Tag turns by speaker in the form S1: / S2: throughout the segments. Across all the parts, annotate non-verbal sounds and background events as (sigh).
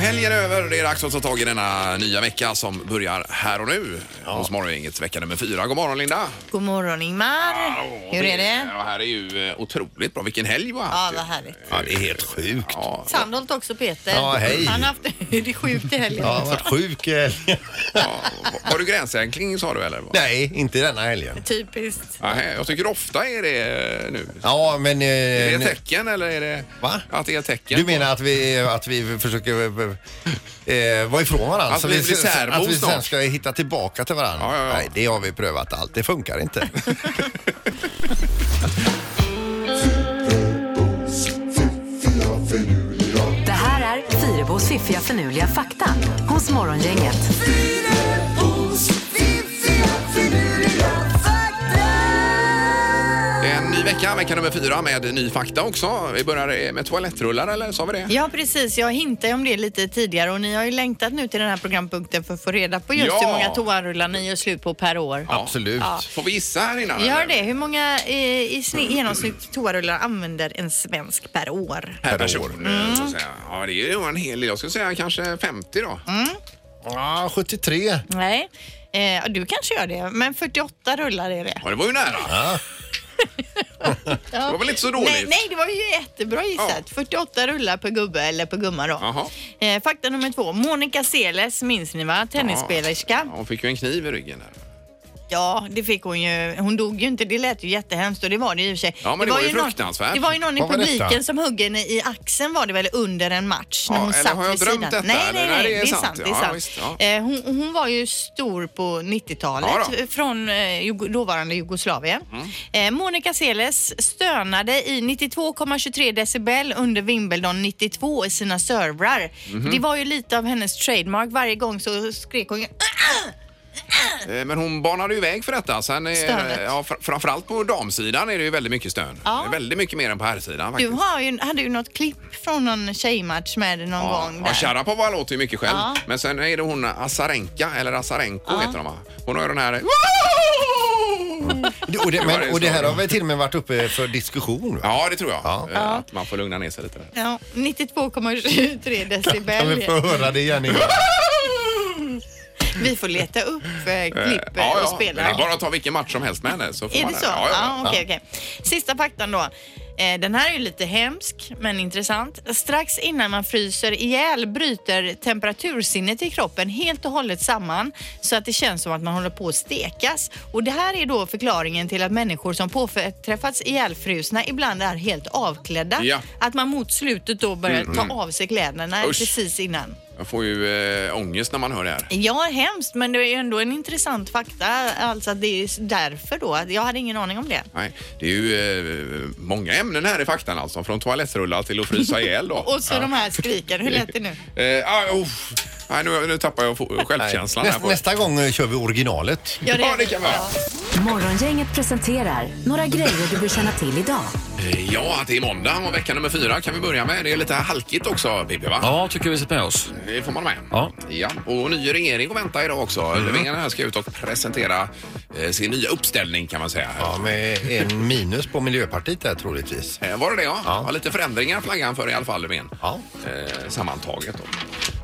S1: helgen är över. Det är dags att ta tag i denna nya vecka som börjar här och nu. Hos Morgongänget vecka nummer fyra. God morgon Linda!
S2: God morgon Ingmar! Hur är det?
S1: Ja, här är ju eh, otroligt bra. Vilken helg vi har
S2: Ja,
S1: haft.
S2: vad härligt.
S3: Ja, det är helt sjukt.
S1: Ja,
S2: Sandholt också Peter.
S3: Ja, hej.
S2: Han har haft det (laughs) är sjukt i helgen.
S3: Jag har varit sjuk. eh,
S1: ja. Var du gränsänkling sa du eller?
S3: (laughs) Nej, inte denna helgen.
S2: Typiskt.
S1: Nej. Jag tycker ofta är det eh, nu.
S3: Ja, men...
S1: Är
S3: eh,
S1: det ett
S3: nu-
S1: tecken eller är det...
S3: Va?
S1: Att det är ett tecken?
S3: Du menar att vi, att vi försöker eh, vara ifrån varandra?
S1: Att vi blir särbos
S3: Att vi sen
S1: snart.
S3: ska hitta tillbaka till varandra?
S1: Ja, ja, ja.
S3: Nej, det har vi prövat allt. Det
S1: (laughs)
S3: funkar inte.
S4: Det här är Fyrabos fiffiga förnuliga fakta hos Morgongänget.
S1: Det är en ny vecka, vecka nummer fyra med ny fakta också. Vi börjar eh, med toalettrullar eller sa vi det?
S2: Ja precis, jag hintade om det lite tidigare och ni har ju längtat nu till den här programpunkten för att få reda på just
S1: Ja.
S2: hur många toarullar ni gör slut på per år.
S1: Ja.
S3: Absolut.
S1: Får vi gissa här innan?
S2: Gör
S1: eller?
S2: det. Hur många eh, i snitt- genomsnitt toarullar använder en svensk per år?
S1: Per person. eh,
S2: Mm.
S1: så att säga. Ja, det är ju en hel del. Jag skulle säga kanske 50 då.
S2: Mm.
S3: Ja, 73.
S2: Nej, eh, du kanske gör det, men 48 rullar är det.
S1: Ja, det var ju nära. det var väl inte så dåligt?
S2: Nej, nej, det var ju jättebra gissat. 48 rullar på gubbe eller på gumma
S1: Jaha.
S2: då. Eh, fakta nummer två. Monica Seles, minns ni va? Tennisspelerska.
S1: Ja, hon fick ju en kniv i ryggen. Här.
S2: Ja, det fick hon ju. Hon dog ju inte. Det lät ju jättehemskt och det var det ju i och för sig.
S1: Ja, men det var ju
S2: någon-
S1: fruktansvärt.
S2: Det var ju någon i
S3: Vad var detta?
S2: publiken som högg henne i axeln var det väl under en match när
S1: Ja,
S2: hon
S1: eller
S2: satt
S1: har jag
S2: vid
S1: drömt
S2: sidan.
S1: detta,
S2: Nej,
S1: eller?
S2: nej, nej, det är sant. Det är
S1: Ja,
S2: sant.
S1: visst, ja.
S2: Eh, hon, hon var ju stor på 90-talet
S1: Ja, Mm. då.
S2: från eh, Jugo- dåvarande Jugoslavien. Eh, Monica Seles stönade i 92,23 decibel under Wimbledon 92 i sina servrar.
S1: Mhm.
S2: Det var ju lite av hennes trademark. Varje gång så skrek hon ju
S1: Eh, Men hon banade ju väg för detta. Sen, eh,
S2: Stönet.
S1: ja, fr- framförallt på damsidan är det ju väldigt mycket stön.
S2: Ja.
S1: Det är Väldigt mycket mer än på herrsidan
S2: Du
S1: faktiskt.
S2: har ju, hade ju något klipp från någon tjejmatch med dig någon
S1: Ja,
S2: gång.
S1: ja,
S2: Där.
S1: Sharapova låter ju mycket själv.
S2: Ja.
S1: Men sen är det hon Azarenka, eller Azarenko heter hon va? Hon har ju den här...
S3: Det- Och det,
S1: (laughs) Det var det
S3: men, och det här
S1: snarare.
S3: har väl till och med varit uppe för diskussion? va?
S1: Ja, det tror jag.
S3: Ja.
S1: Eh, Att man får lugna ner sig lite. där.
S2: Ja, 92,23
S3: Kan vi
S2: decibel.
S1: (laughs)
S3: få höra det igen? Ingmar?
S2: Vi får leta upp eh,
S1: Eh,
S2: klipp eh, och spela.
S1: men Det är bara att ta vilken match som helst med henne. Så får
S2: Är
S1: man
S2: det så?
S1: Ja, ja, ja.
S2: Ja, okej, okej. Sista faktan då. Eh, Den här är ju lite hemsk, men intressant. Strax innan man fryser ihjäl bryter temperatursinnet i kroppen helt och hållet samman så att det känns som att man håller på att stekas. Och det här är då förklaringen till att människor som påträffats ihjälfrusna ibland är helt avklädda.
S1: Ja. Mm,
S2: Att man mot slutet då börjar ta av sig kläderna
S1: Usch.
S2: precis innan.
S1: Jag får ju eh, ångest när man hör det här.
S2: Ja, hemskt, men det är ju ändå en intressant fakta. Alltså att det är därför då. Jag hade ingen aning om det.
S1: Nej, det är ju eh, många ämnen här i faktan alltså. Från toalettrullar till att frysa ihjäl då.
S2: (laughs) Och så de här skriken. Hur lät det nu?
S1: Eh, ah, uff. Nej, nu, nu tappar jag fo- självkänslan här.
S3: Näst,
S1: på-
S3: nästa gång eh, kör vi originalet.
S2: Ja,
S1: (laughs) Ja, det kan vara.
S4: Morgongänget presenterar några grejer du bör känna till idag.
S1: Eh, Ja, att det är måndag och vecka nummer fyra kan vi börja med. Det är lite halkigt också, Pippi, va?
S5: Ja, tycker vi sätter med oss.
S1: Det får man med.
S5: Ja.
S1: ja. Och ny regering att vänta idag också. Löfven här ska ut och presentera eh, sin nya uppställning kan man säga.
S3: Ja, med en minus på Miljöpartiet där troligtvis.
S1: Eh, Var det det ja? ja.
S3: Ja.
S1: lite förändringar flaggar han för i alla fall Löfven.
S3: Ja.
S1: Eh, sammantaget då.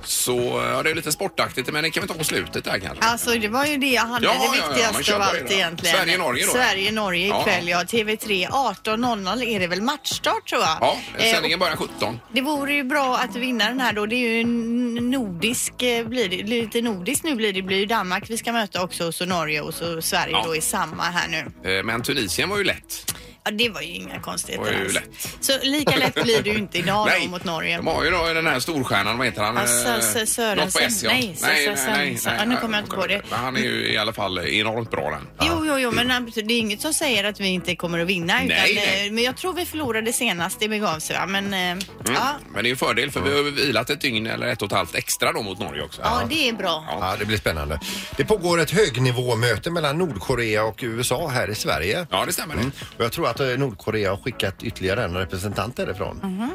S1: Så eh, ja, det är lite sportaktigt men det kan vi ta på slutet där kanske.
S2: Alltså det var ju det jag hade,
S1: Ja,
S2: det
S1: ja, ja, men
S2: viktigaste
S1: kör
S2: av
S1: på
S2: allt
S1: det då.
S2: egentligen.
S1: Sverige-Norge då?
S2: Sverige-Norge
S1: Ja.
S2: ikväll ja. TV3 18.00 är det väl matchstart tror jag.
S1: Ja,
S2: Eh,
S1: sändningen börjar 17.
S2: och det vore ju bra att vinna den här då. Det är ju en nordisk, eh, blir det, lite nordiskt nu blir det. Det blir ju Danmark vi ska möta också och så Norge och så Sverige
S1: Ja.
S2: då i samma här nu.
S1: Eh, Men Tunisien var ju lätt.
S2: Ja, det var ju inga
S1: Det var
S2: konstigheter
S1: ju
S2: alls.
S1: lätt.
S2: Så lika lätt blir det ju
S1: (laughs)
S2: inte idag då mot Norge.
S1: de har ju då den här storstjärnan, vad heter han?
S2: Ja, Sö- Sö- Sörensen.
S1: Något på S, ja.
S2: Nej, Sö- Sörensen. Ja, nu kommer jag inte på det.
S1: Men han är ju i alla fall enormt bra den. Mm.
S2: Jo, jo, jo, men abs- det är inget som säger att vi inte kommer att vinna. Utan,
S1: Nej, nej. Mm.
S2: eh, Men jag tror vi förlorade senast det begav sig. Va? Men eh, ja,
S1: Men det är ju en fördel för vi har ju vilat ett dygn eller ett och ett halvt extra då mot Norge också.
S2: ja, det är bra.
S3: Ja, det blir spännande. Det pågår ett högnivåmöte mellan Nordkorea och USA här i Sverige.
S1: Ja, det stämmer.
S3: Mm. Och jag tror att eh, Nordkorea har skickat ytterligare en representant därifrån.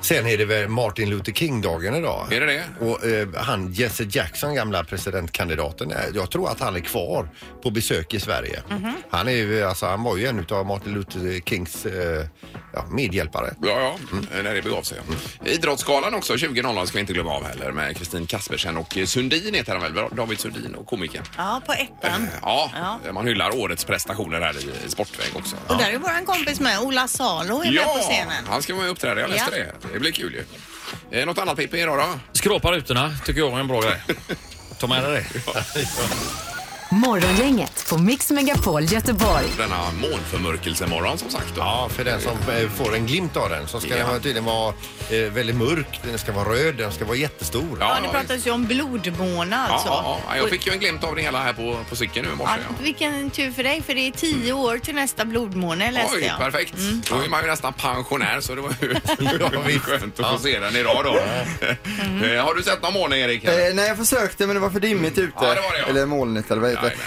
S3: Sen är det väl Martin Luther King-dagen idag.
S1: Mhm. Är det det?
S3: Och eh, han Jesse Jackson, gamla presidentkandidaten, eh, jag tror att han är kvar på besök i Sverige. Han, är ju, alltså, han var ju en av Martin Luther Kings eh, ja, medhjälpare.
S1: Ja, ja, Mm. när det begav sig. ja. Idrottsgalan också, 20.00 ska vi inte glömma av heller med Kristin Kaspersen och Sundin heter han väl? David Sundin och komikern.
S2: Ja, på ettan.
S1: Eh, Ja,
S2: Ja.
S1: man hyllar årets prestationer här i Sportväg också.
S2: Och där är våran kompis med, Ola Salo är med på scenen.
S1: han ska vara med och uppträda. Jag läste
S2: Ja.
S1: det. Det blir kul ju. Eh, Något annat Pippi idag då?
S5: Skrapa rutorna tycker jag är en bra grej. Ta med dig det.
S4: Morgongänget på Mix Megapol Göteborg.
S1: Denna månförmörkelsemorgon som sagt. Då.
S3: Ja, för den som eh, får en glimt av den så ska
S1: Ja.
S3: den vara- tydligen vara eh, väldigt mörk, den ska vara röd, den ska vara jättestor.
S1: Ja,
S2: Ja, det pratades ju om blodmåne
S1: Ja,
S2: alltså.
S1: ja, ja.
S2: Och-
S1: Jag fick ju en glimt av det hela här på, på cykeln nu i morse.
S2: Ja, vilken tur för dig, för det är tio år till nästa blodmåne
S1: Ja.
S2: läste
S1: Oj,
S2: jag.
S1: perfekt. Då är man ju nästan pensionär så det var ju det var ju
S3: visst.
S1: skönt att få se den idag då. (laughs) Eh, Har du sett någon måne Erik? eller?
S6: Eh, nej, jag försökte men det var för dimmigt ute.
S1: Mm. Ja, det var det, ja.
S6: Eller molnigt eller vad heter det.
S1: Jajamän.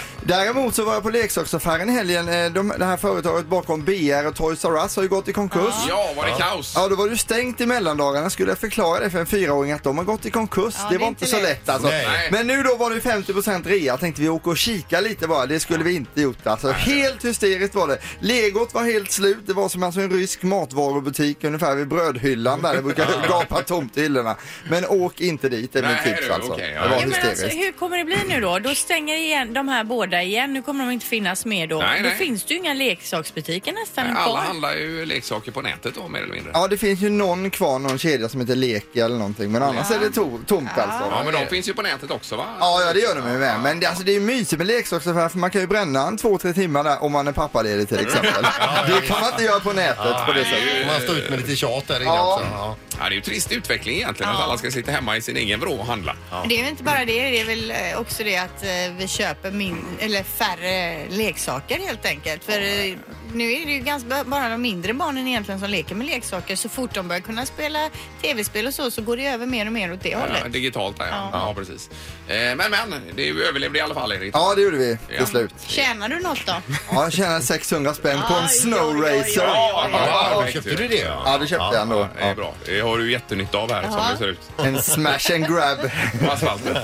S6: Däremot så var jag på leksaksaffären i helgen. Eh, de, det här företaget bakom BR och Toys R Us har ju gått i konkurs.
S1: Ja, var det kaos?
S6: Ja, då var du stängt i mellandagarna. Skulle jag förklara det för en fyraåring att de har gått i konkurs?
S2: Ja,
S6: det var inte så lätt alltså.
S1: Nej.
S6: Men nu då var det ju 50% rea. Tänkte vi åker och kika lite bara. Det skulle vi inte gjort alltså. Helt hysteriskt var det. Legot var helt slut. Det var som alltså en rysk matvarubutik ungefär vid brödhyllan där.
S1: (laughs)
S6: Det brukar gapa tomt i hyllorna. Men åk inte dit, det är mitt
S1: Nej,
S6: tips
S1: du,
S6: alltså.
S1: okej, ja.
S6: Det var
S2: Ja, men
S6: hysteriskt.
S2: alltså, hur kommer det bli nu då? Då stänger igen de här båda igen. Nu kommer de inte finnas mer då.
S1: Nej,
S2: då
S1: nej.
S2: finns det ju inga leksaksbutiker nästan
S1: Eh, Alla
S2: kvar.
S1: handlar ju leksaker på nätet då mer eller mindre.
S6: Ja, det finns ju någon kvar, någon kedja som heter Leki eller någonting. Men annars är det to- tomt alltså.
S1: Ja, men de finns ju på nätet också va?
S6: Ja, ja, det gör de ju med. Men det, alltså, det är ju mysigt med leksaksaffär för man kan ju bränna en två, tre timmar där om man är pappaledig till (laughs) exempel. Det kan man inte göra på nätet på det sättet.
S3: Får Alltså, Man står ut med lite tjat där inne
S6: Ja.
S3: också. Ja.
S1: Eh. Ja, det är ju trist utveckling egentligen att alla ska sitta hemma i sin egen vrå och handla.
S2: Det är ju inte bara det, det är väl eh, också det att eh, vi köper min, eller färre leksaker helt enkelt. För eh, nu är det ju ganska, bara de mindre barnen egentligen som leker med leksaker. Så fort de börjar kunna spela tv-spel och så, så går det över mer och mer åt det hållet.
S1: Ja, digitalt där ja.
S2: Ja.
S1: ja. precis. Eh, Men men, det är ju överlevde i alla fall Erik.
S6: Ja, det gjorde vi
S1: Ja.
S6: till slut.
S2: Tjänar du något då?
S6: Ja, jag tjänade 600 spänn på
S2: Aj,
S6: en snow
S2: aj, aj,
S6: racer.
S1: Ja,
S3: Ja,
S1: perfekt
S3: köpte
S1: ju.
S3: du det? Ja.
S6: Ja, det köpte jag ändå.
S1: Det är bra. Det har du jättenytta av här som det ser ut.
S6: Ja. En smash and grab.
S1: På
S3: (laughs)
S1: asfalten.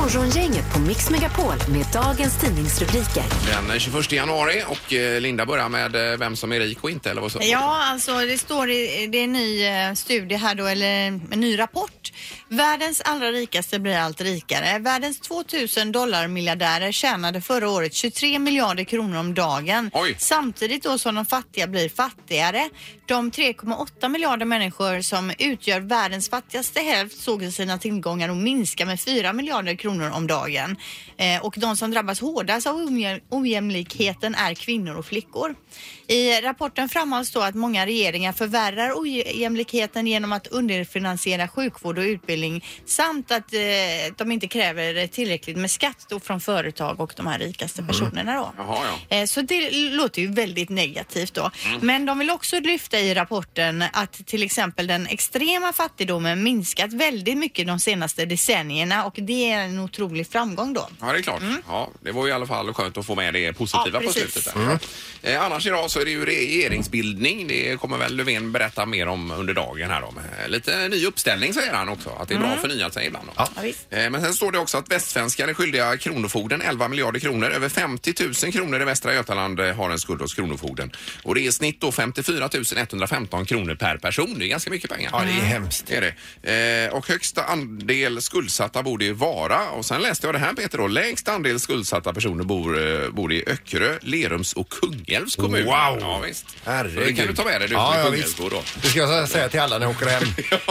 S4: Morgongänget på Mix Megapol med dagens tidningsrubriker.
S1: Den eh, 21 januari och eh, Linda börjar med eh, vem som är rik och inte eller vad så?
S2: Ja, alltså det står i, det är en ny eh, studie här då, eller en ny rapport. Världens allra rikaste blir allt rikare. Världens 2000 dollarmiljardärer tjänade förra året 23 miljarder kronor om dagen.
S1: Oj.
S2: Samtidigt då som de fattiga blir fattigare. De 3,8 miljarder människor som utgör världens fattigaste hälft såg sina tillgångar och minska med 4 miljarder kronor om dagen. Eh, och de som drabbas hårdast av ojäm- ojämlikheten är kvinnor och flickor. I rapporten framhålls då att många regeringar förvärrar ojämlikheten genom att underfinansiera sjukvård och utbildning samt att eh, de inte kräver tillräckligt med skatt då från företag och de här rikaste personerna då.
S1: Mm. Jaha, ja.
S2: Eh, Så det låter ju väldigt negativt då.
S3: Mm.
S2: Men de vill också lyfta i rapporten att till exempel den extrema fattigdomen minskat väldigt mycket de senaste decennierna och det är en otrolig framgång då.
S1: Ja, det är klart. Ja, det var ju i alla fall skönt att få med det positiva
S2: Mm. Ja,
S1: på
S2: precis. Mm.
S1: slutet. Där. Eh, annars idag så är det ju regeringsbildning. Det kommer väl Löfven berätta mer om under dagen här. Om. Eh, Lite ny uppställning säger han också. Att det är bra att förnya sig ibland. Då.
S2: Mm. Ja, visst.
S1: Eh, men sen står det också att västsvenskar är skyldiga Kronofogden 11 miljarder kronor. Över 50 000 kronor i Västra Götaland eh, har en skuld hos Kronofogden. Och det är i snitt då 54 115 kronor per person. Det är ganska mycket pengar.
S3: Ja, det är hemskt.
S1: Det är det. Eh, och högsta andel skuldsatta borde ju vara, och sen läste jag det här Peter då, lägst andel skuldsatta personer bor, eh, bor i Öckerö, Lerums och Kungälvs kommun.
S3: Wow.
S1: Ja, visst. Så det kan du ta med dig du som är Kungälvsbo då.
S3: Det ska jag säga till alla när jag
S1: (laughs)
S3: åker hem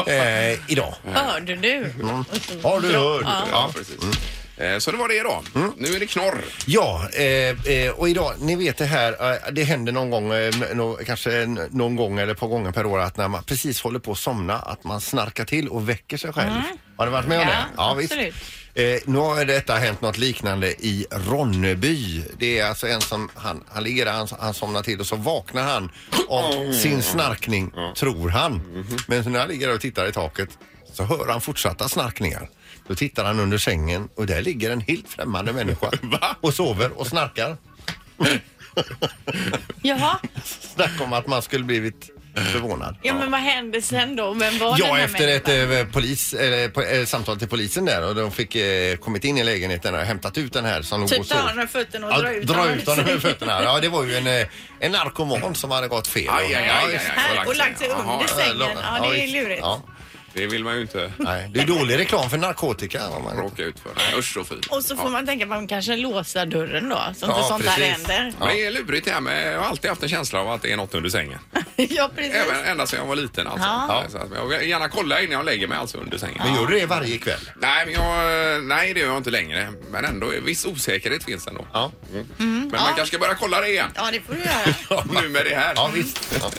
S3: eh, idag.
S2: Hörde du?
S3: Har du hört?
S1: Ja, precis. Eh, Så det var det då. Nu är det knorr.
S3: Ja, eh, eh, och idag, ni vet det här, eh, det händer någon gång, eh, nå- kanske en- någon gång eller ett par gånger per år att när man precis håller på att somna, att man snarkar till och väcker sig själv.
S1: Mm.
S3: Har du varit med om
S2: Ja,
S3: det?
S2: absolut.
S3: Eh, nu har detta hänt något liknande i Ronneby. Det är alltså en som, han, han ligger där, han, han somnar till och så vaknar han av sin snarkning, tror han. Men så när han ligger där och tittar i taket så hör han fortsatta snarkningar. Då tittar han under sängen och där ligger en helt främmande människa
S1: Va?
S3: och sover och snarkar.
S2: Jaha,
S3: Snacka om att man skulle blivit förvånad.
S2: Ja, men vad hände sen då? Vem var den
S3: Ja,
S2: här
S3: efter ett
S2: människan?
S3: eh, polis, eller, po- eh, samtal till polisen där och de fick eh, kommit in i lägenheten och hämtat ut den här som låg och
S2: Typ ta
S3: sov.
S2: honom med fötterna och
S3: eh, Ja,
S2: dra ut
S3: dra
S2: honom.
S3: ut honom med fötterna. Ja, det var ju en, eh, en narkoman som hade gått fel.
S1: Aj, aj, aj, aj, aj.
S2: Här, och lagt sig
S1: Jaha,
S2: under sängen. Ja, det är
S3: visst.
S2: lurigt.
S3: Ja,
S1: Det vill man ju inte
S3: nej, det är dålig reklam för narkotika. Om man...
S1: råka ut för. Nej, usch och fy.
S2: Och så får man tänka på att man kanske låser dörren då, så inte
S3: Ja,
S2: sånt här
S3: precis.
S2: händer. (laughs)
S1: Men det är lurigt det här med, jag har alltid haft en känsla av att det är något under
S2: (laughs)
S1: sängen.
S2: ja, precis.
S1: Även ända sedan jag var liten alltså.
S2: Ja.
S1: Så att jag vill gärna kolla innan jag lägger mig alltså under sängen.
S3: Men gör du det varje kväll?
S1: Nej, men jag, nej, det gör jag inte längre. Men ändå, viss osäkerhet finns ändå.
S3: Mm. Ja.
S1: Men man kanske ska börja kolla det igen.
S2: Ja, det får du göra.
S1: (laughs) Nu med det här.
S3: Ja, visst. Ja.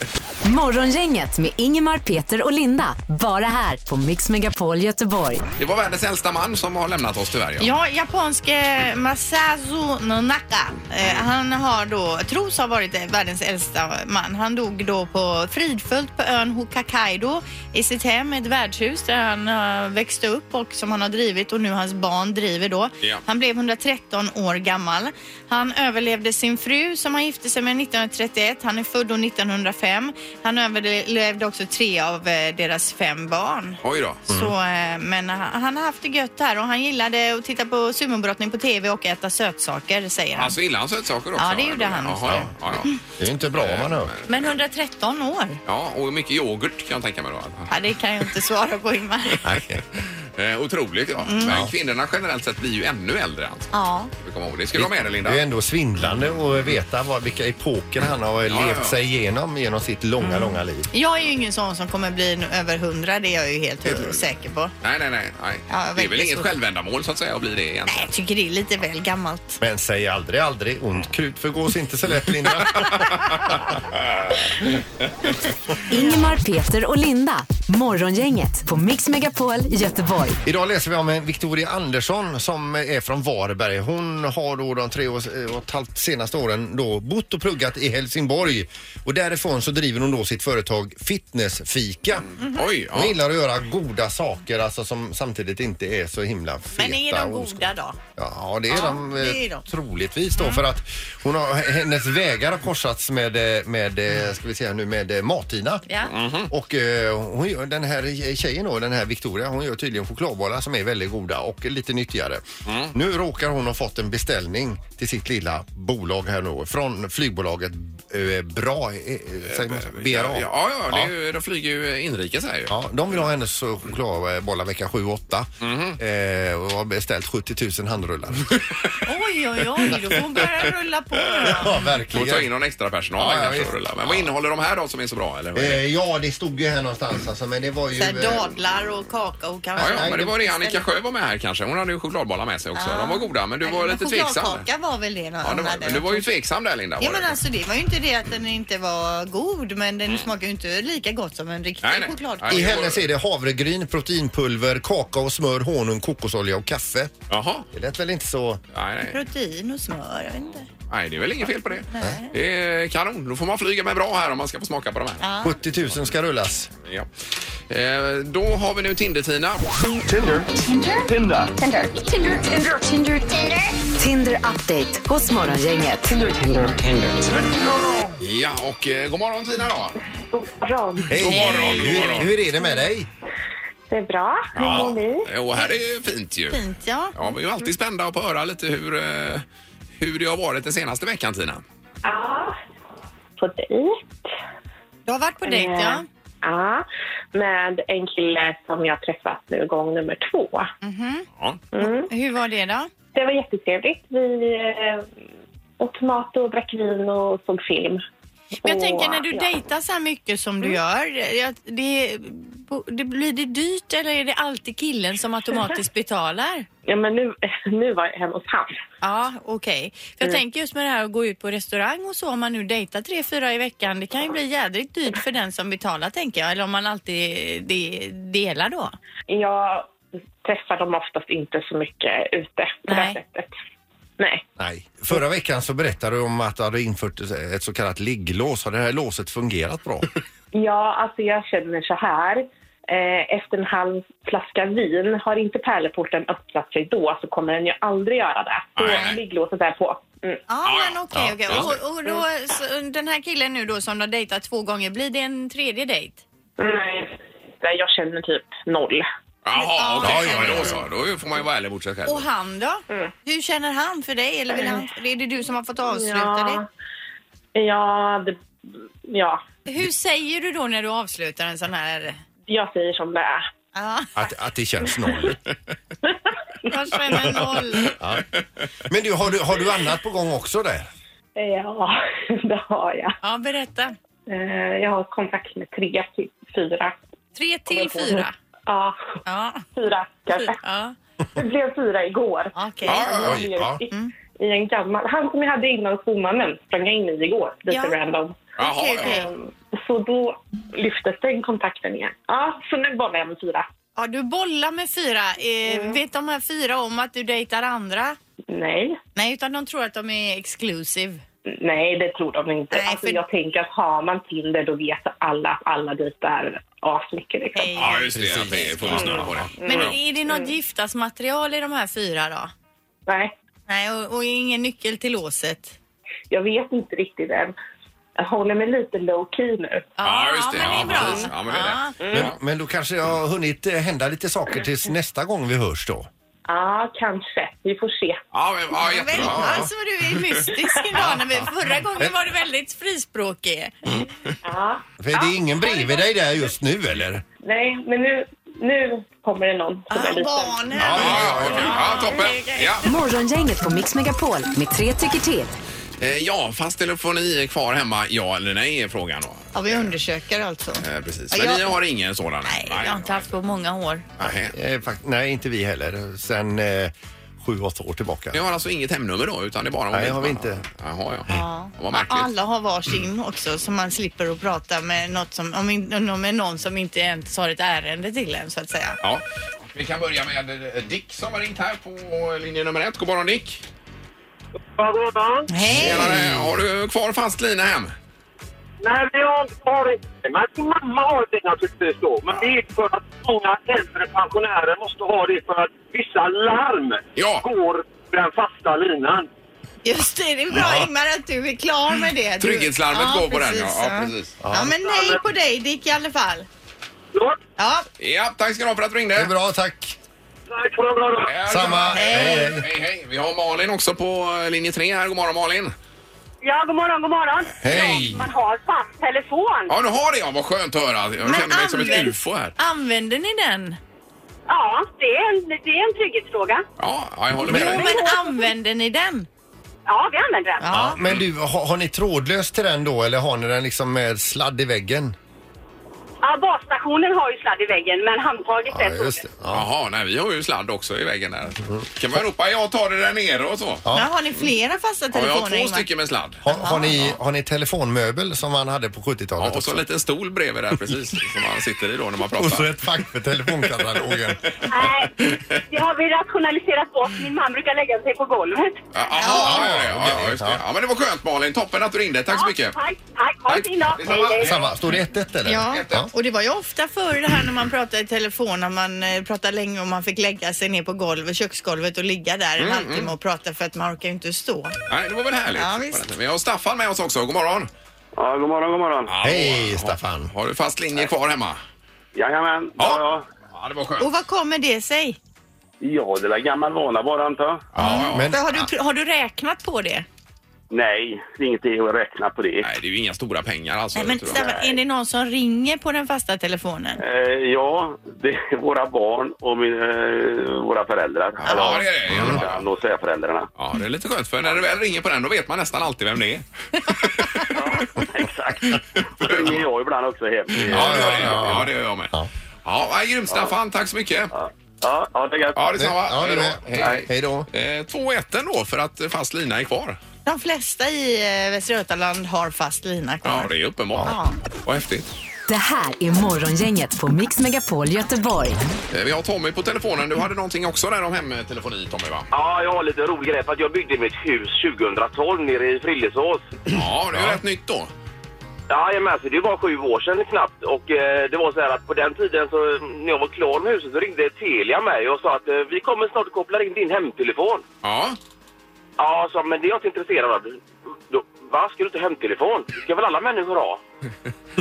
S4: Morgongänget med Ingemar, Peter och Linda. Bara här på Mix Megapol Göteborg.
S1: Det var världens äldsta man som har lämnat oss tyvärr. Ja.
S2: Ja, japanske Masazu Nonaka. Eh, han har då, tros ha varit eh, världens äldsta man. Han dog då på fridfullt på ön Hokkaido i sitt hem, ett värdshus där han eh, växte upp och som han har drivit och nu hans barn driver då.
S1: Ja.
S2: Han blev 113 år gammal. Han överlevde sin fru som han gifte sig med 1931. Han är född år 1905. Han överlevde också tre av eh, deras fem barn.
S1: Oj då.
S2: Så, eh, men han, han har haft det gött här och han gillade att titta på sumobrottning på tv och äta sötsaker, säger han.
S1: Alltså gillar han sötsaker också?
S2: Ja, det gjorde han också.
S1: Jaha, ja, ja, ja.
S3: Det är ju inte bra om man hör.
S2: Men 113 år?
S1: ja, och mycket yoghurt kan jag tänka mig då.
S2: Ja, det kan jag inte svara på,
S1: (laughs)
S2: Ingmar.
S3: Nej.
S1: Eh, otroligt ja. Men kvinnorna generellt sett blir ju ännu äldre. Alltså.
S2: Ja.
S1: Vi kommer ihåg. Det skulle du ha med dig Linda.
S3: Det är ju ändå svindlande att veta vad, vilka epoker han har
S1: Ja, ja.
S3: levt sig igenom genom sitt långa,
S2: Mm.
S3: långa liv.
S2: Jag är ju ingen sån som kommer bli nu över 100, det är jag ju helt hu- säker på.
S1: Nej, nej, nej. nej. det
S2: Ja,
S1: är väl
S2: verkligen
S1: inget
S2: så.
S1: självändamål så att säga att bli det egentligen.
S2: Nej, jag tycker det är lite väl gammalt.
S3: Men säg aldrig, aldrig. Ont krut förgås inte så
S1: (laughs)
S3: lätt, Linda.
S4: Ingemar, Peter och Linda. Morgongänget på Mix Megapol Göteborg.
S3: Idag läser vi om en Victoria Andersson som är från Varberg. Hon har då de tre och och ett halvt senaste åren då bott och pluggat i Helsingborg och därifrån så driver hon då sitt företag Fitnessfika.
S1: Oj, ja.
S3: Hon gillar att göra goda saker alltså som samtidigt inte är så himla feta.
S2: Men är de
S3: och oskol-
S2: goda då?
S3: Ja, det är
S2: Ja,
S3: de eh,
S2: det är de. Mm.
S3: troligtvis då för att hon har, hennes vägar har korsats med, eh, med eh, ska vi säga nu, med eh, Martina.
S2: Ja.
S1: Mhm.
S3: Och eh, hon gör, den här tjejen då, den här Victoria, hon gör tydligen chokladbollar som är väldigt goda och lite nyttigare.
S1: Mm.
S3: Nu råkar hon ha fått en beställning till sitt lilla bolag här nu från flygbolaget eh, Bra, eh, säger man så? BRA.
S1: Ja, ja, ja, det är ju, de flyger ju inrikes här ju.
S3: Ja, de vill ha hennes chokladbollar vecka 7-8
S1: Mhm.
S3: eh, och har beställt 70
S1: (laughs)
S3: 000 handrullar.
S2: Oj, oj, oj, då får hon börja rulla
S1: (laughs)
S2: på nu då.
S3: ja,
S1: Får ta in
S3: verkligen.
S1: någon extra personal
S3: Ja,
S1: här
S3: ja,
S1: kanske
S3: visst.
S1: och rulla. Men vad innehåller de här då som är så bra eller? vad är det?
S3: Eh, ja, det stod ju här någonstans alltså, men det var ju...
S2: Så här
S3: eh,
S2: dadlar och kakao
S1: Ja,
S2: kanske.
S1: ja,
S3: Nej,
S1: men det
S3: det-
S1: var det Annika Sjö var med här kanske. Hon hade ju chokladbollar med sig också. De var goda men du var
S2: Men
S1: lite tveksam.
S2: Chokladkaka var väl det
S1: Ja,
S2: någon
S1: det var, men du var ju tveksam där Linda.
S2: Ja
S1: var
S2: men
S1: du.
S2: alltså det var ju inte det att den inte var god men den smakar ju inte lika gott som en riktig
S1: Mm. Nej, nej.
S2: chokladkaka.
S1: Nej.
S3: I hennes är det havregryn, proteinpulver, kakao, smör, honung, kokosolja och kaffe.
S1: Jaha.
S3: Det lät väl inte så...
S1: Nej, nej.
S2: Protein och smör, jag vet inte.
S1: nej, det är väl inget fel på det.
S2: Nej.
S1: Det är kanon. Då får man flyga med bra här om man ska få smaka på de här.
S3: 70 000 ska rullas.
S1: Ja. Eh, då har vi nu Tinder-Tina.
S4: Tinder update hos Morgongänget.
S1: Ja, och eh, god morgon Tina då.
S3: Hej!
S1: God morgon, god
S3: hur,
S1: morgon.
S3: hur är det med dig?
S7: Det är bra. Hur mår ni?
S1: Och här är ju fint ju.
S2: Fint ja.
S1: Ja, vi är ju alltid spända att få höra lite hur, eh, hur det har varit den senaste veckan Tina.
S7: Ja. På dejt.
S2: Du har varit på dejt ja.
S7: Eh, (laughs) Ja. Med en kille som jag träffat nu gång nummer två.
S1: Ja.
S2: Hur var det då?
S7: Det var jättetrevligt. Vi eh, åt mat och drack vin och såg film.
S2: Men jag
S7: Och,
S2: tänker när du
S7: ja.
S2: dejtar så här mycket som du gör, jag- det, det, blir det dyrt eller är det alltid killen som automatiskt betalar?
S7: Ja, men nu, (laughs) nu var jag hemma hos han.
S2: Ja, okej. För jag tänker just med det här att gå ut på restaurang och så, om man nu dejtar tre, fyra i veckan, det kan ju bli jädrigt dyrt för den som betalar tänker jag, eller om man alltid de, delar då.
S7: Jag träffar dem oftast inte så mycket ute på
S2: Nej.
S7: det sättet. Nej.
S3: Nej. Förra veckan så berättade du om att du hade infört ett så kallat ligglås. Har det här låset fungerat bra?
S7: Ja, alltså jag känner så här. Eh, efter en halv flaska vin, har inte pärleporten öppnat sig då så kommer den ju aldrig göra det. Så
S1: Nej.
S7: ligglåset är på. Mm.
S2: Ja,
S1: Ja,
S2: men
S1: ja.
S2: okej.
S1: Ja,
S2: okej.
S1: ja.
S2: Och, och då, så, den här killen nu då som du har dejtat två gånger, blir det en tredje dejt?
S7: Nej, jag känner typ noll.
S1: Jaha,
S2: Ja.
S1: okej.
S2: Ja, ja,
S1: men
S2: ja.
S1: Då, så, då får man ju vara ärlig mot sig själv.
S2: Och han då? Hur känner han för dig? Eller vill han, är det du som har fått avsluta
S7: Ja, ja, det, ja,
S2: det? Hur säger du då när du avslutar en sån här...
S7: jag säger som det är. (laughs)
S2: Ja, (laughs)
S3: Att, att det känns noll.
S2: jag känner noll.
S3: Men du har, du, har du annat på gång också där?
S7: Ja, (laughs) det har jag.
S2: Ja, berätta.
S7: Eh, Jag har kontakt med tre, till fyra.
S2: Tre till fyra.
S7: Ja,
S2: Ja,
S7: fyra kanske.
S2: ja.
S7: Det blev fyra igår.
S2: okej. Mm.
S1: Ja,
S3: Oj, ja.
S7: I, I en gammal... Han som jag hade innan sommaren sprang jag in i igår, lite
S2: Ja.
S7: random.
S1: Jaha,
S2: Okej, okej.
S1: ja.
S7: Ehm, Så då lyftes den kontakten igen. Ja, så nu bollar jag med fyra.
S2: Ja, du bollar med fyra. Eh, Vet de här fyra om att du dejtar andra?
S7: Nej,
S2: Nej, utan de tror att de är exclusive.
S7: nej det tror de inte.
S2: Nej,
S7: alltså,
S2: för-
S7: Jag tänker att har man Tinder då vet alla att alla dejtar asmycket. Liksom.
S2: Hej.
S1: Ja, just det. Att det är full snurr på det.
S2: Men
S1: Ja.
S2: är det något giftasmaterial i de här fyra då?
S7: Nej,
S2: Nej, och, och ingen nyckel till låset.
S7: jag vet inte riktigt än. Jag håller mig lite low key nu.
S1: Ja, just det.
S2: men det är
S1: Ja,
S2: bra.
S1: precis. Ja, men det är det.
S3: Men, men då kanske jag har hunnit eh, hända lite saker tills nästa gång vi hörs då.
S7: Ja, kanske. Vi får se.
S1: Ja, men, ja,
S2: Ja, väl,
S1: jättebra.
S2: alltså du är mystisk idag. När vi, förra gången var du väldigt frispråkig.
S7: Ja.
S3: För det är ingen bredvid dig där just nu eller?
S7: Nej, men nu, nu kommer det någon som är
S2: Ah,
S7: liten.
S2: barn
S1: Ja,
S2: här.
S1: ja, ja, okej. ja, toppen. Ja.
S4: Morgongänget på Mix Megapol med tre tycker till.
S1: Eh, ja, fast telefoni är kvar hemma, ja eller nej är frågan då.
S2: Ja, vi undersöker alltså.
S1: Eh, precis.
S2: Ja,
S1: Men
S2: jag-
S1: ni har ingen sådan?
S2: Nej, det har jag inte haft på många år.
S1: Nej.
S3: Eh, fakt- nej, inte vi heller. Sen eh, sju, åtta år tillbaka.
S1: Ni har alltså inget hemnummer då, utan det är bara
S3: Nej, har vi
S1: mobiltelefonen? Jaha, ja.
S2: Ja.
S1: Vad märkligt.
S2: Alla har varsin också så man slipper att prata med, något som, om in, om- med någon som inte ens har ett ärende till en så att säga.
S1: Ja. Vi kan börja med eh, Dick som har ringt här på linje nummer ett. God morgon Dick!
S2: Hej!
S1: Tjenare! Har du kvar fast lina hem?
S8: Nej, men jag har inte. Men min mamma har det naturligtvis då. Men det är för att många äldre pensionärer måste ha det för att vissa larm
S1: Ja.
S8: går den fasta linan.
S2: Just det, det är bra
S1: Ja.
S2: Ingmar att du är klar med det. Du-
S1: Trygghetslarmet
S2: Ja,
S1: går på den ja. ja,
S2: ja.
S1: precis.
S2: Ja, men nej på dig Dick i alla fall.
S8: Ja,
S2: Ja,
S1: Ja, tack ska du ha för att du ringde.
S3: Det är bra, tack.
S8: tack för en bra dag.
S1: Eh,
S3: Samma. Hej, hej.
S1: Hej, hej. Vi har Malin också på eh, linje tre här. God morgon Malin!
S7: Ja, god morgon, god morgon.
S3: Hej.
S7: Man har fast telefon.
S1: Ja, nu har det ja. Vad skönt att höra. Jag känner mig som ett
S2: använd-
S1: ufo här.
S2: Använder ni den?
S7: Ja, det är en, det är en trygghetsfråga.
S1: Ja, ja, jag håller med
S2: Jo,
S1: dig.
S2: men använder ni den?
S7: Ja, vi använder den.
S2: Ja.
S3: Men du, har, har ni trådlöst till den då eller har ni den liksom med sladd i väggen?
S7: Ja, basstationen har ju sladd i väggen, men handtaget
S3: Ja, just det. Ja.
S1: Jaha, nej vi har ju sladd också i väggen där.
S3: Mm.
S1: Kan man ropa jag tar det där nere och så?
S2: Ja, har ni flera fasta
S1: Ja, jag
S2: telefoner?
S1: har två
S2: Ingmar?
S1: stycken med sladd.
S3: Har, har, ni, har ni telefonmöbel som man hade på 70-talet
S1: Ja, och så en
S3: också?
S1: liten stol bredvid där
S3: (laughs)
S1: precis som man sitter i då när man pratar.
S3: Och så ett fack för telefonkatalogen.
S7: Nej, det har vi rationaliserat bort. Min man brukar lägga sig på golvet.
S1: Ja, aha, ja, ja, ja, ja, just det. ja, men det var skönt Malin. Toppen att du ringde. Tack så mycket.
S7: Tack, tack. Ha en
S1: Tack.
S7: fin dag.
S1: Detsamma.
S3: Samma, står det 1-1 eller?
S2: Ja.
S3: ja.
S2: Och det var ju ofta förr det här när man pratade i telefon, när man eh, pratade länge och man fick lägga sig ner på golvet, köksgolvet och ligga där
S1: Mm,
S2: en halvtimme och prata för att man orkar ju inte stå.
S1: Nej, det var väl härligt.
S2: Ja, visst.
S1: Vi har Staffan med oss också. God morgon.
S8: Ja, god morgon, god morgon.
S3: Hej Staffan.
S1: Har du fast linje kvar hemma?
S8: Jajamän.
S1: Ja.
S8: Ja, ja.
S1: Ja, det var skönt.
S2: Och vad kommer det sig?
S8: ja det är väl gammal vana bara, antar jag.
S3: Ja, men,
S2: Har du, har du räknat på det?
S8: Nej, det är ingenting att räkna på det.
S1: Nej, det är ju inga stora pengar alltså.
S2: Nej, men
S1: tror jag.
S2: Staffan, är det någon som ringer på den fasta telefonen?
S8: Eh, ja, det är våra barn och min, eh, våra föräldrar.
S1: Ja, det är det.
S8: Mm. Ibland och svärföräldrarna.
S1: Ja, det är lite skönt för när det väl ringer på den då vet man nästan alltid vem det är.
S3: (laughs)
S8: Exakt. Och så ringer jag ibland också hem.
S1: Ja, det gör jag. Ja, det gör jag med. Ja, ja grymt Staffan. Tack så mycket.
S8: Ja, ja det är gött.
S1: Ja, detsamma.
S3: ja, det
S1: Hej
S3: är
S1: då.
S3: med. Hej. Hej då.
S1: Eh, 2-1 då för att eh, fast lina är kvar.
S2: De flesta i eh, Västra Götaland har fast lina
S1: Ja,
S2: kvar.
S1: det är uppenbart.
S2: Ja.
S1: Vad häftigt.
S4: Det här är Morgongänget på Mix Megapol Göteborg.
S1: Eh, Vi har Tommy på telefonen. Du hade någonting också där om hemtelefoni, Tommy, va?
S8: Ja, jag har lite rolig grej för att jag byggde mitt hus 2012 nere i Frillesås.
S1: Ja, det är ju rätt nytt då.
S8: Jajamän, så alltså, det var sju år sedan knappt och eh, det var så här att på den tiden så när jag var klar med huset så ringde Telia mig och sa att eh, vi kommer snart att koppla in din hemtelefon.
S1: Ja,
S8: Ja, så, men det är jag inte intresserad av. Då, va, ska du inte ha hemtelefon? Det ska väl alla människor ha?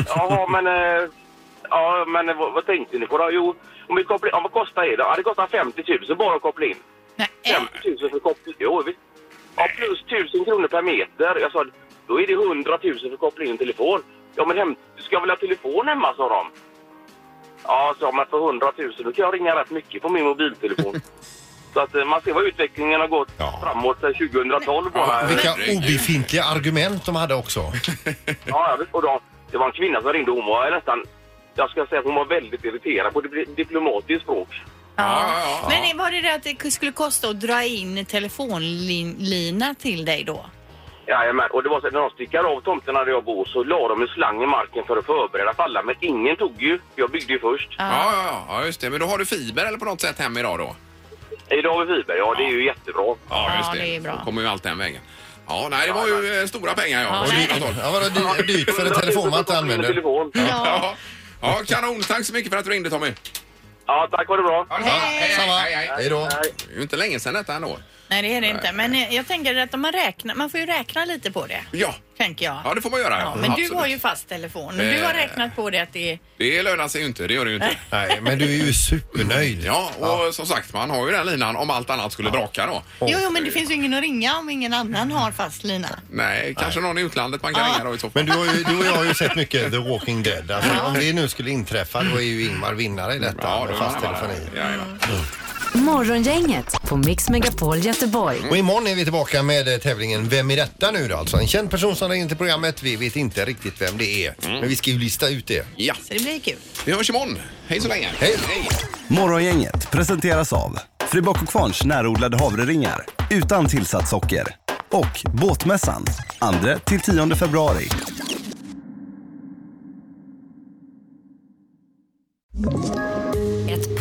S8: Jaha, men... Eh, ja, men eh, vad, vad tänkte ni på då? Jo, om vi kopplar, om vad kostar det då? Ja, det kostar 50 000 bara att koppla in.
S2: Nej, eh,
S1: Äh.
S8: 50 000 för koppling? Jo, visst. Ja, plus 1000 kronor per meter. Jag sa, då är det 100 000 för att koppla in en telefon. Ja, men hem, ska jag väl ha telefon hemma, sa de. Ja, sa jag, men för 100 000 då kan jag ringa rätt mycket på min
S1: (laughs)
S8: mobiltelefon. Så att eh, man ser vad utvecklingen har gått
S3: Ja.
S8: framåt sedan 2012
S1: Ja,
S8: bara.
S1: vi-
S3: Vilka
S1: Herregud.
S3: obefintliga argument de hade också.
S8: Ja, ja, visst. och då, det var en kvinna som ringde. Hon var nästan... Jag ska säga att hon var väldigt irriterad på dipl- diplomatiskt språk.
S1: Ja, ja, ja.
S2: Men det- var det det att det skulle kosta att dra in telefonlina till dig då?
S8: Jajamän, och det var så att när de styckade av tomterna där jag bor så la de en slang i marken för att förbereda för alla, men ingen tog ju. Jag byggde ju först.
S1: Ja, ja, ja, ja, just det. Men då har du fiber eller på något sätt hem idag då?
S8: Idag har vi fiber, ja det är ju jättebra.
S1: Ja,
S2: just det. det är bra.
S1: Då kommer ju allt den vägen. Ja, nej, det var ju eh, stora pengar ja.
S2: Ja,
S1: Och
S2: nej.
S1: dyrt avtal.
S3: Ja, vadå, dy- dyrt för en telefon man inte använder.
S8: Telefon.
S1: Ja. ja, kanon. Tack så mycket för att du ringde Tommy.
S8: Ja, tack, ha det bra.
S1: Ja,
S3: Ja, samma. Hej då.
S1: Det är ju inte länge sedan detta ändå.
S2: Nej, det är det inte. Men eh, jag tänker att om man räknar, man får ju räkna lite på det.
S1: Ja,
S2: Tänker jag.
S1: ja det får man göra.
S2: Ja, men du
S1: Absolut.
S2: har ju fast telefon. Du har
S1: Eh.
S2: räknat på det att det är...
S1: Det lönar sig ju inte, det gör det ju
S2: (laughs)
S1: inte.
S3: Nej, men du är ju supernöjd.
S1: Ja, och som sagt, man har ju den linan om allt annat skulle braka då.
S2: Jo, jo, men det finns ju ingen att ringa om ingen annan har fast lina.
S1: Nej, kanske någon i utlandet man kan ringa då i så fall.
S3: Men du, har ju, du och jag har ju sett mycket The Walking Dead. Alltså, Om det nu skulle inträffa då är ju Ingmar vinnare i detta
S1: Ja,
S3: med
S1: då
S3: fast
S1: är man där.
S3: telefoni.
S1: Jajamän.
S9: Morgongänget på Mix Megapol Göteborg.
S3: Och imorgon är vi tillbaka med eh, tävlingen Vem är detta nu då? Alltså en känd person som ringer till programmet. Vi vet inte riktigt vem det är. Men vi ska ju lista ut det.
S1: Ja,
S2: Så det blir kul.
S1: vi hörs imorgon. Hej så länge.
S3: Hej.
S10: Morgongänget presenteras av Fribock och Kvarns närodlade havreringar utan tillsatt socker och Båtmässan 2 till 10 februari.
S4: Ett